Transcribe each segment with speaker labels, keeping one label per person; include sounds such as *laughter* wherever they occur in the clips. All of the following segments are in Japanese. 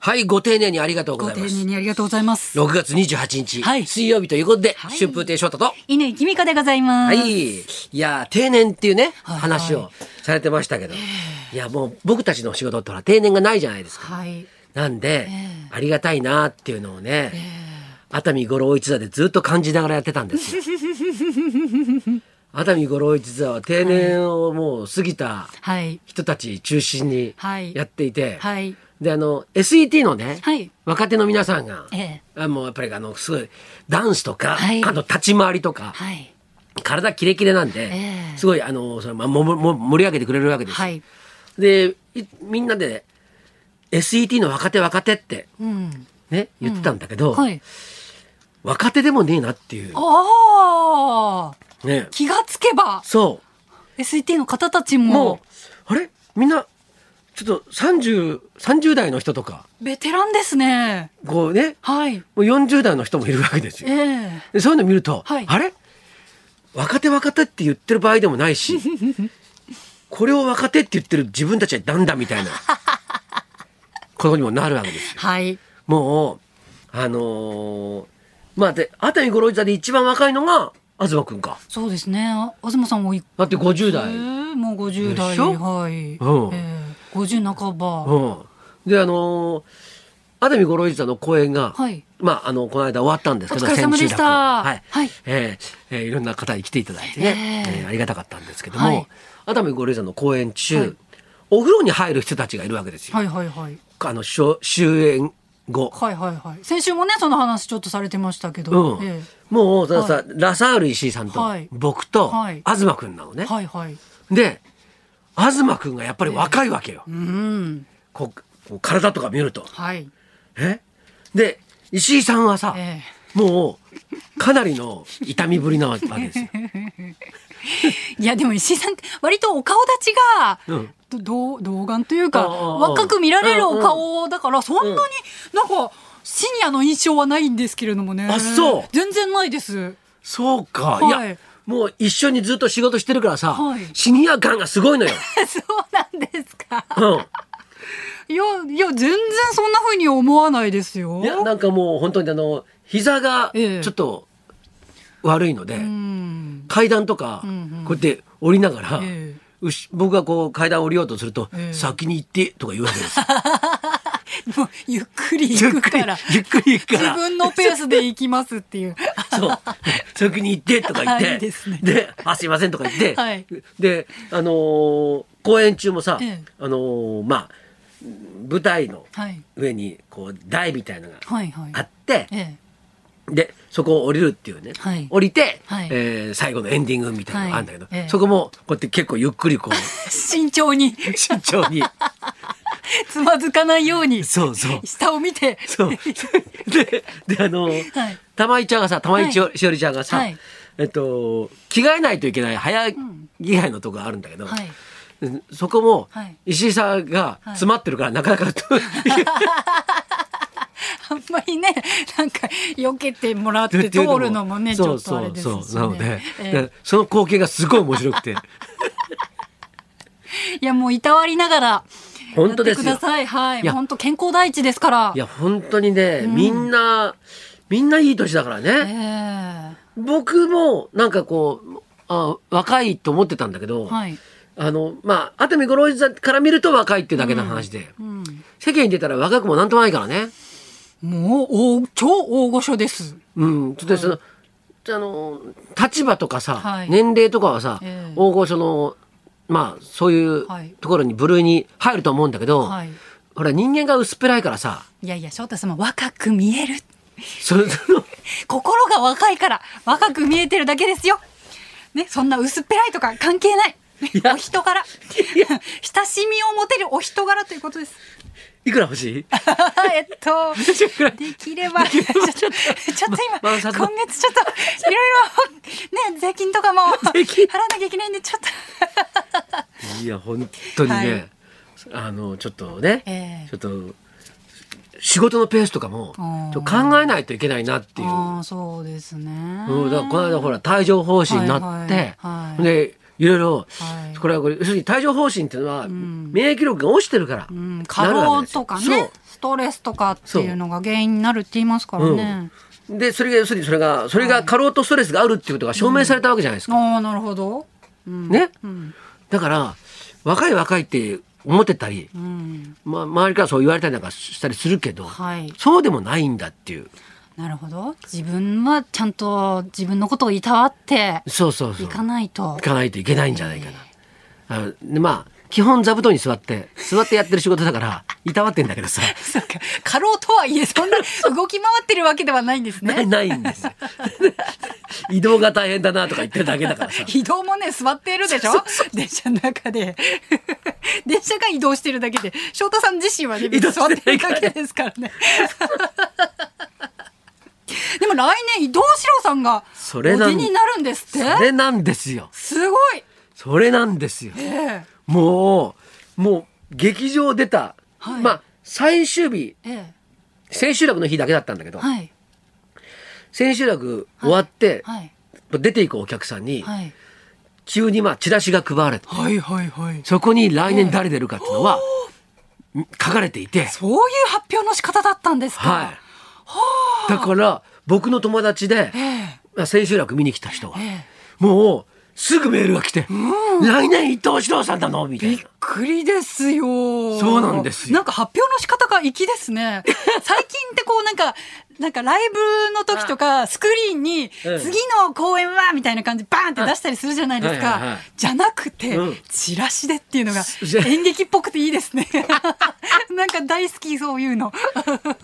Speaker 1: はい、ご丁寧にありがとうご
Speaker 2: ご
Speaker 1: ざい
Speaker 2: 丁
Speaker 1: ます
Speaker 2: 寧。にありがとうございます。
Speaker 1: 6月28日、
Speaker 2: はい
Speaker 1: 水曜日ということで、
Speaker 2: はい
Speaker 1: 春風亭昇太と、
Speaker 2: 犬井美子でございま
Speaker 1: は
Speaker 2: す。
Speaker 1: い、いやー定年っていうね、
Speaker 2: はい
Speaker 1: 話をされてましたけど、いやもう僕たちの仕事ってほら定年がないじゃないですか。
Speaker 2: はい。
Speaker 1: なんで、
Speaker 2: え
Speaker 1: ありがたいなっていうのをね、熱海五郎一座でずっと感じながらやってたんですよ。
Speaker 2: *laughs*
Speaker 1: 熱海五郎一座は定年をもう過ぎた
Speaker 2: はい。
Speaker 1: 人たち中心に
Speaker 2: はい
Speaker 1: やっていて、
Speaker 2: はい。
Speaker 1: であの SET のね、
Speaker 2: はい
Speaker 1: 若手の皆さんが、
Speaker 2: ええ
Speaker 1: あもうやっぱりあのすごいダンスとか、
Speaker 2: はい
Speaker 1: あと立ち回りとか、
Speaker 2: はい。
Speaker 1: 体キレキレなんで、
Speaker 2: ええ
Speaker 1: すごいあのそのまあももも盛り上げてくれるわけです。
Speaker 2: はい。
Speaker 1: でいみんなで、ね、SET の若手若手って
Speaker 2: うん。
Speaker 1: ね言ってたんだけど、
Speaker 2: はい。
Speaker 1: 若手でもねえなっていう
Speaker 2: ああ。
Speaker 1: ね
Speaker 2: 気がつけば、
Speaker 1: そ
Speaker 2: SET の方たち
Speaker 1: うも
Speaker 2: も
Speaker 1: う、あれみんなちょっと3030代の人とか
Speaker 2: ベテランですね。
Speaker 1: こうね
Speaker 2: はい。
Speaker 1: もう40代の人もいるわけですよ
Speaker 2: え。え
Speaker 1: でそういうの見ると、
Speaker 2: はい
Speaker 1: あれ若手若手って言ってる場合でもない
Speaker 2: *laughs*
Speaker 1: しこれを若手って言ってる自分たちはなんだみたいなことにもなるわけですよ。
Speaker 2: はい。
Speaker 1: もうあのーまあで熱海五郎一座で一番若いのが東くんか。
Speaker 2: そうですね。あ東さんもい
Speaker 1: だって50
Speaker 2: え
Speaker 1: 代。
Speaker 2: ーもう50
Speaker 1: で
Speaker 2: 代。
Speaker 1: しょ
Speaker 2: はい。
Speaker 1: うん
Speaker 2: えー、50半ば。
Speaker 1: うん、であのー熱海五郎一座の公演が、
Speaker 2: はい
Speaker 1: まああのこの間終わったんですけど
Speaker 2: お疲れ様でし
Speaker 1: 千
Speaker 2: た
Speaker 1: 秋楽はい、
Speaker 2: はい
Speaker 1: えーえーいろんな方に来ていただいてね、
Speaker 2: ええ
Speaker 1: えーありがたかったんですけども、
Speaker 2: はい
Speaker 1: 熱海五郎一座の公演中、
Speaker 2: はい
Speaker 1: お風呂に入る人たちがいるわけですよ、
Speaker 2: はいはいはい。
Speaker 1: あのしょ終演後、
Speaker 2: はいはいはい。先週もね、その話ちょっとされてましたけど。
Speaker 1: うん
Speaker 2: え
Speaker 1: もうそのさ、
Speaker 2: は
Speaker 1: ラサール石井さんと、
Speaker 2: はい
Speaker 1: 僕と、
Speaker 2: はい
Speaker 1: 東くんなのね、
Speaker 2: えはいはい。
Speaker 1: で東くんがやっぱり若いわけよ、
Speaker 2: うん。
Speaker 1: こうこう体とか見ると
Speaker 2: はい。
Speaker 1: えで石井さんはさ、
Speaker 2: え
Speaker 1: もうかなりの痛みぶりなわけですよ。
Speaker 2: え、いやでも石井さん割とお顔立ちが、
Speaker 1: うん
Speaker 2: どどう童顔というか
Speaker 1: ああああ
Speaker 2: 若く見られるお顔だからそんな
Speaker 1: うん
Speaker 2: になんかシニアの印象はないんですけれどもね
Speaker 1: あそう
Speaker 2: 全然ない
Speaker 1: *laughs*
Speaker 2: です
Speaker 1: そうか、
Speaker 2: はい
Speaker 1: いやもう一緒にずっと仕事してるからさ、
Speaker 2: はい
Speaker 1: シニア感がすごいのよ。
Speaker 2: そうなんですか *laughs*
Speaker 1: う
Speaker 2: いやいや全然そんな風に思わないですよ
Speaker 1: ん、いやなんかもう本当にあの膝が
Speaker 2: え
Speaker 1: ち
Speaker 2: え
Speaker 1: ょっと悪いので、
Speaker 2: うん
Speaker 1: 階段とか
Speaker 2: んうん
Speaker 1: こうやって降りながら、
Speaker 2: ええ
Speaker 1: うし僕がこう階段降りようとすると、
Speaker 2: ええ
Speaker 1: 先に行ってとか言うわけですよ。
Speaker 2: もうゆっくり行くから
Speaker 1: ゆっくり行くか
Speaker 2: 自
Speaker 1: ら。
Speaker 2: 分のペースで行きますっ
Speaker 1: *laughs*
Speaker 2: ていう *laughs*
Speaker 1: そう。先に行ってとか言っ
Speaker 2: あい
Speaker 1: て。
Speaker 2: いですね
Speaker 1: あ、すいませんとか言って。
Speaker 2: はい
Speaker 1: で、あのー公演中もさ、
Speaker 2: ええ
Speaker 1: あのーまあ、舞台の
Speaker 2: はい
Speaker 1: 上に、こう、台みたいなのが
Speaker 2: はいはい
Speaker 1: あって、
Speaker 2: え
Speaker 1: で、そこを降りるっていうね。
Speaker 2: はい
Speaker 1: 降りて、
Speaker 2: はい
Speaker 1: えー最後のエンディングみたいなのがあるんだけど、
Speaker 2: はいええ
Speaker 1: そこも、こうやって結構ゆっくりこう、
Speaker 2: *laughs* え、慎重に
Speaker 1: 慎重に。
Speaker 2: つまずかないように
Speaker 1: そうそう。
Speaker 2: 下を見て *laughs*
Speaker 1: そう。で、で、あのー
Speaker 2: はい
Speaker 1: 玉井ちゃんがさ、玉井しお,、
Speaker 2: は
Speaker 1: しおりちゃんがさ、
Speaker 2: はい
Speaker 1: えっと、着替えないといけない早着替えのとこがあるんだけど、
Speaker 2: はい
Speaker 1: そこも
Speaker 2: はい
Speaker 1: 石井さんが詰まってるからなかなか、
Speaker 2: *laughs* あんまりねなんか避けてもらって通るのもねち
Speaker 1: そ
Speaker 2: ょ
Speaker 1: う
Speaker 2: っとあ
Speaker 1: そ
Speaker 2: れ
Speaker 1: う
Speaker 2: ですし
Speaker 1: そ
Speaker 2: ね
Speaker 1: うなので、
Speaker 2: ええ
Speaker 1: だからその光景がすごい面白くて
Speaker 2: いやもういたわりながら *laughs* や
Speaker 1: 本
Speaker 2: っ
Speaker 1: 当
Speaker 2: て
Speaker 1: です
Speaker 2: く
Speaker 1: よ
Speaker 2: ださいはい
Speaker 1: いや
Speaker 2: 本当健康第一ですから
Speaker 1: いや本当にね、みんなみんないい年だから
Speaker 2: え
Speaker 1: ね、
Speaker 2: え
Speaker 1: 僕もなんかこうあ若いと思ってたんだけど、
Speaker 2: はい
Speaker 1: あのまあ熱海五郎一座から見ると若いってだけの話で、
Speaker 2: うん
Speaker 1: 世間に出たら若くもなんともないからね。
Speaker 2: もう大超大御所です
Speaker 1: うん、ちょっとその、あの、立場とかさ、
Speaker 2: はい
Speaker 1: 年齢とかはさ、
Speaker 2: ええ
Speaker 1: 大御所の、まあ、そういう
Speaker 2: はい
Speaker 1: ところに部類に入ると思うんだけど、
Speaker 2: はい
Speaker 1: ほら、人間が薄っぺらいからさ、
Speaker 2: いやいや翔太様若く見える
Speaker 1: それ、その、
Speaker 2: 心が若いから若く見えてるだけですよ。ね、そんな薄っぺらいとか関係ない。お人柄。 *laughs* 親しみを持てるお人柄ということです。
Speaker 1: いくら欲しい
Speaker 2: *laughs* えっ
Speaker 1: *laughs*
Speaker 2: と、
Speaker 1: いくら
Speaker 2: できれば、ちょっと、 *laughs* ちょっと今、
Speaker 1: まま
Speaker 2: 今
Speaker 1: さか
Speaker 2: 月ちょっと、いろいろ、ね、税金とかも
Speaker 1: 税金
Speaker 2: 払わなきゃいけないん
Speaker 1: *laughs*
Speaker 2: で、ちょっと。
Speaker 1: いや、本当にね、
Speaker 2: はい
Speaker 1: あの、ちょっとね、
Speaker 2: ええ
Speaker 1: ちょっと、仕事のペースとかも、
Speaker 2: あー
Speaker 1: ちょっと考えないといけないなっていう。
Speaker 2: ああ、そうですね。
Speaker 1: うん、だからこの間ほら帯状疱疹になって、
Speaker 2: はいはいはい
Speaker 1: でいろいろ、
Speaker 2: はい
Speaker 1: これはこれ要するに帯状疱疹っていうのは、免疫力が落ちてるから、
Speaker 2: ん
Speaker 1: なるわけですよ
Speaker 2: 過労とかね
Speaker 1: そう
Speaker 2: トレスとかっていうのが原因になるって言いますからね。
Speaker 1: でそれが要するにそれがそれが過労とストレスがあるっていうことが証明されたわけじゃないですか、
Speaker 2: ああなるほど。うん、
Speaker 1: ね
Speaker 2: うん
Speaker 1: だから若い若いって思ってたり、
Speaker 2: うん
Speaker 1: ま、周りからそう言われたりなんかしたりするけど、
Speaker 2: はい
Speaker 1: そうでもないんだっていう
Speaker 2: なるほど自分はちゃんと自分のことをいたわって
Speaker 1: そうそうそう
Speaker 2: いかないと
Speaker 1: 行かないといけないんじゃないかな。あのでまあ基本座布団に座って座ってやってる仕事だからいたわってんだけどさ、
Speaker 2: そうか過労とはいえそんな動き回ってるわけではないんです
Speaker 1: ない
Speaker 2: *laughs* ね。
Speaker 1: ないんですよ *laughs* 移動が大変だなとか言ってるだけだからさ。
Speaker 2: 移動もね座っているでしょ電車の中で電車が移動してるだけで翔太さん自身はね
Speaker 1: 移動して
Speaker 2: 座っ
Speaker 1: ない
Speaker 2: てるだけですからね。でも来年伊藤四郎さんが
Speaker 1: そ
Speaker 2: お
Speaker 1: れなん
Speaker 2: 出になるんです
Speaker 1: そ
Speaker 2: って
Speaker 1: れなんですよ。
Speaker 2: すごい、
Speaker 1: それなんですよ。
Speaker 2: ええ
Speaker 1: もうもう劇場出た、
Speaker 2: はい
Speaker 1: まあ最終日
Speaker 2: ええ
Speaker 1: 千秋楽の日だけだったんだけど、
Speaker 2: はい
Speaker 1: 千秋楽終わって、
Speaker 2: はい
Speaker 1: 出ていくお客さんに、
Speaker 2: はい
Speaker 1: 急にまあチラシが配られて
Speaker 2: はいはいはい
Speaker 1: そこに来年誰出るかっていうのは書かれていて。
Speaker 2: そういう発表の仕方だったんですか
Speaker 1: はい。だから、僕の友達で
Speaker 2: え、え
Speaker 1: あ千秋楽見に来た人が
Speaker 2: え、え
Speaker 1: もう、すぐメールが来て、来年伊藤四郎さんなのみた
Speaker 2: び
Speaker 1: い
Speaker 2: っ
Speaker 1: な。
Speaker 2: くりですよ。
Speaker 1: そうなんですよ
Speaker 2: なんか発表の仕方が粋ですね。
Speaker 1: *laughs*
Speaker 2: 最近ってこうなんか、なんかライブの時とかスクリーンに
Speaker 1: うん
Speaker 2: 次の公演はみたいな感じバーンって出したりするじゃないです
Speaker 1: はいはいは
Speaker 2: か
Speaker 1: い。
Speaker 2: じゃなくて
Speaker 1: うん、
Speaker 2: チラシでっていうのが
Speaker 1: *laughs* じゃ
Speaker 2: 演劇っぽくていいですね。 *laughs* なんか大好きそういうの。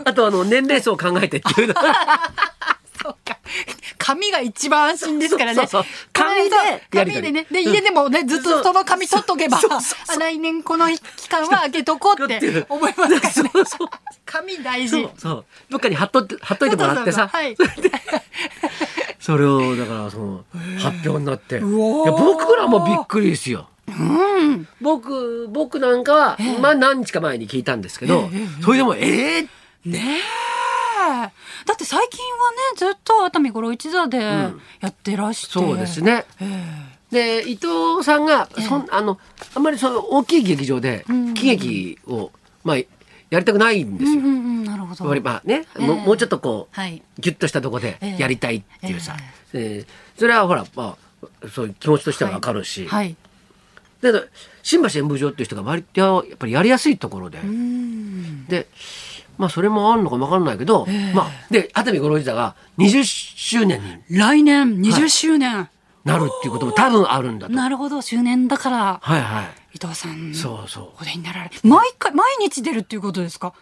Speaker 1: あと、あの、年齢層を考えてっていうの
Speaker 2: そうか。紙が一番安心ですからね。
Speaker 1: そうそうそう紙でやり
Speaker 2: 紙
Speaker 1: 取り
Speaker 2: でね。で、家でもね、ずっとその紙取っとけば、あ来年この期間は開けとこうっ
Speaker 1: っていう
Speaker 2: て思いますから
Speaker 1: そ
Speaker 2: ね。
Speaker 1: うそう。
Speaker 2: 紙大事。
Speaker 1: そうそう。どっかに貼っとって、貼っといてもらってさ、
Speaker 2: はい。
Speaker 1: それを、だから、その、発表になって。いや
Speaker 2: うおー
Speaker 1: 僕らもびっくりですよ。
Speaker 2: うん。
Speaker 1: 僕、僕なんかは、まあ何日か前に聞いたんですけど、それでも、ええー
Speaker 2: ねえ。だって最近はね、ずっと熱海五郎一座でやってらして。
Speaker 1: そうです。ね。
Speaker 2: ええ
Speaker 1: で伊藤さんがそん、あのあんまりその大きい劇場で
Speaker 2: うん
Speaker 1: 喜劇を、まあ、やりたくないんで
Speaker 2: う
Speaker 1: す
Speaker 2: ん
Speaker 1: よ。
Speaker 2: うんうん、なるほど。
Speaker 1: やっぱりまあね、もう
Speaker 2: ええ
Speaker 1: もうちょっとこう、
Speaker 2: はい
Speaker 1: ギュッとしたとこで
Speaker 2: ええ
Speaker 1: やりたいっていうさ、えーそれはほら、まあ、そういう気持ちとしてはわかるし、
Speaker 2: はい。
Speaker 1: だけど新橋演舞場っていう人が割とやっぱりやりやすいところで、
Speaker 2: うん。
Speaker 1: で、まあ、それもあるのかもわかんないけど、
Speaker 2: ええ
Speaker 1: まあ、で熱海五郎一座が20周年に
Speaker 2: 来年20周年。
Speaker 1: なるっていうことも多分あるんだと。
Speaker 2: なるほど、周年だから、
Speaker 1: はいは
Speaker 2: 伊藤さん。
Speaker 1: い、そうそう
Speaker 2: お出になられ毎回毎日出るっていうことですか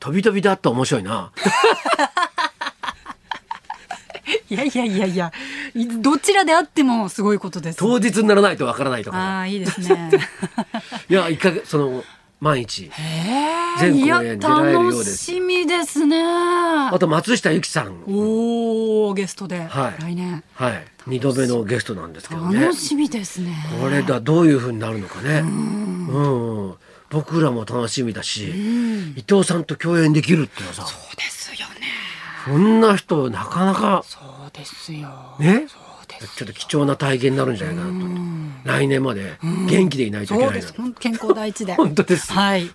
Speaker 1: 飛び飛びだと面白いな。
Speaker 2: いやいやいやいやいどちらであってもすごいことです
Speaker 1: 当日にならないとわからないと
Speaker 2: あ
Speaker 1: か。
Speaker 2: あいいで
Speaker 1: *laughs*
Speaker 2: すね
Speaker 1: いや、一か月、その、毎日。
Speaker 2: へえ
Speaker 1: 全
Speaker 2: い
Speaker 1: 公
Speaker 2: や
Speaker 1: 演出られるようで
Speaker 2: 楽
Speaker 1: す
Speaker 2: しみですね
Speaker 1: あと、松下由紀さん。
Speaker 2: おおゲストで、
Speaker 1: はい
Speaker 2: 来年
Speaker 1: はい。二度目のゲストなんですけどね
Speaker 2: 楽。しみですね
Speaker 1: これだ、どういう風になるのかね。うん、僕らも楽しみだし、伊藤さんと共演できるっていうのはさ、
Speaker 2: そうですよね
Speaker 1: こんな人、なかなか、
Speaker 2: そうですよ
Speaker 1: ね。
Speaker 2: そうです
Speaker 1: ちょっと貴重な体験になるんじゃないかなと。来年まで元気でいないといけ
Speaker 2: そう
Speaker 1: ない
Speaker 2: で
Speaker 1: な
Speaker 2: す
Speaker 1: と。
Speaker 2: ほん健康第一
Speaker 1: *laughs*
Speaker 2: で
Speaker 1: 本当です。
Speaker 2: はい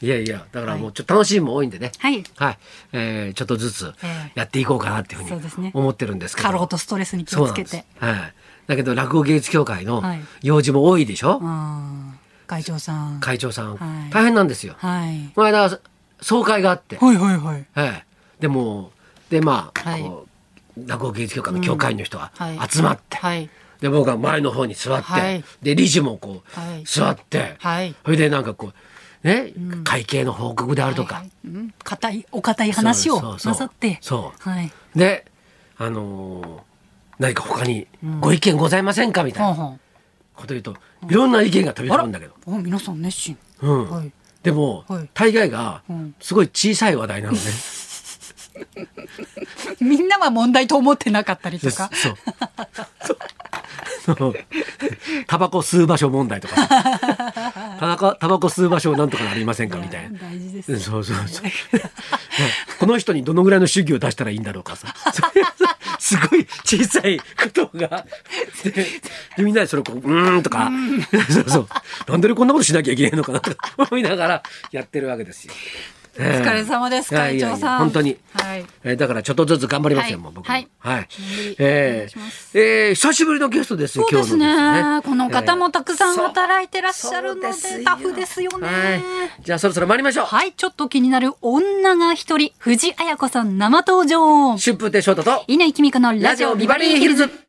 Speaker 1: いやいや、だからもうちょっと楽しみも多いんでね。
Speaker 2: はい
Speaker 1: はい。えーちょっとずつ
Speaker 2: ええ
Speaker 1: やっていこうかなっていうふ
Speaker 2: そう
Speaker 1: う
Speaker 2: です
Speaker 1: に
Speaker 2: ね
Speaker 1: 思ってるんですけど。
Speaker 2: 過労とストレスに気
Speaker 1: そ
Speaker 2: を
Speaker 1: う
Speaker 2: つ
Speaker 1: なん
Speaker 2: け
Speaker 1: です
Speaker 2: て。
Speaker 1: はい。だけど落語芸術協会の
Speaker 2: はい
Speaker 1: 用事も多いでしょ、
Speaker 2: うん会長さん
Speaker 1: 会長さん、
Speaker 2: はい
Speaker 1: 大変なんですよ。
Speaker 2: はい
Speaker 1: この間、総会があって。
Speaker 2: はいはいはい
Speaker 1: はい。でもう、で、まあ、
Speaker 2: はい
Speaker 1: こう、落語芸術協会の協会員の人が
Speaker 2: はい
Speaker 1: 集まって。
Speaker 2: はい
Speaker 1: で僕は前の方に座って、
Speaker 2: はい
Speaker 1: で理事もこう、
Speaker 2: はい
Speaker 1: 座って、
Speaker 2: はい
Speaker 1: それでなんかこうね、会計の報告であるとか、
Speaker 2: はいはいうん硬いお堅い話を
Speaker 1: そう
Speaker 2: な
Speaker 1: そうそう
Speaker 2: さって
Speaker 1: そう
Speaker 2: はい
Speaker 1: であのー何か他にご意見ございませんかみたい
Speaker 2: ほう
Speaker 1: な
Speaker 2: ほう
Speaker 1: こと言うと、いろんな意見が飛び込むんだけど、
Speaker 2: お皆さん熱心 *laughs*
Speaker 1: うん
Speaker 2: はい
Speaker 1: でも、
Speaker 2: はい
Speaker 1: 大概が
Speaker 2: うん
Speaker 1: すごい小さい話題なのね。
Speaker 2: みんなは問題と思ってなかったりと
Speaker 1: です
Speaker 2: か
Speaker 1: そう。そう *laughs* タバコ吸う場所問題とかさタバコタバコ吸う場所なんとかなりませんかみたいな。
Speaker 2: 大事です
Speaker 1: うん
Speaker 2: ね
Speaker 1: そうそうそう。ね *laughs* この人にどのぐらいの主義を出したらいいんだろうかさ。 *laughs* そういうすごい小さいことが。でで、みんなでそれをこう、うーんとか、そうそう。なんでこんなことしなきゃいけないのかなとか思いながらやってるわけですよ。
Speaker 2: お疲れ様です、
Speaker 1: ええ
Speaker 2: 会
Speaker 1: いやいや
Speaker 2: 長
Speaker 1: いや
Speaker 2: さん。
Speaker 1: 本当に、
Speaker 2: はい。
Speaker 1: えーだからちょっとずつ頑張りますよ、
Speaker 2: はい
Speaker 1: もう僕も
Speaker 2: はい
Speaker 1: はい
Speaker 2: 張りお願
Speaker 1: え
Speaker 2: いします
Speaker 1: ーえー久しぶりのゲストですよ
Speaker 2: そう
Speaker 1: 今
Speaker 2: で
Speaker 1: 日
Speaker 2: す
Speaker 1: の
Speaker 2: ね
Speaker 1: ですね
Speaker 2: この方もたくさん
Speaker 1: そう
Speaker 2: 働いてらっしゃるので
Speaker 1: そうすよ
Speaker 2: タフですよね
Speaker 1: はいじゃあそろそろ参りましょう、
Speaker 2: はい、ちょっと気になる女が一人、藤あや子さん生登場。
Speaker 1: 春風亭昇太と
Speaker 2: 稲井君香の
Speaker 1: ラ
Speaker 2: ラ
Speaker 1: ジ
Speaker 2: ジ
Speaker 1: オ
Speaker 2: オ
Speaker 1: ビ
Speaker 2: ビ
Speaker 1: バ
Speaker 2: バ
Speaker 1: リ
Speaker 2: リ
Speaker 1: ー
Speaker 2: ー
Speaker 1: ヒ
Speaker 2: ヒ
Speaker 1: ル
Speaker 2: ルズ。
Speaker 1: ズ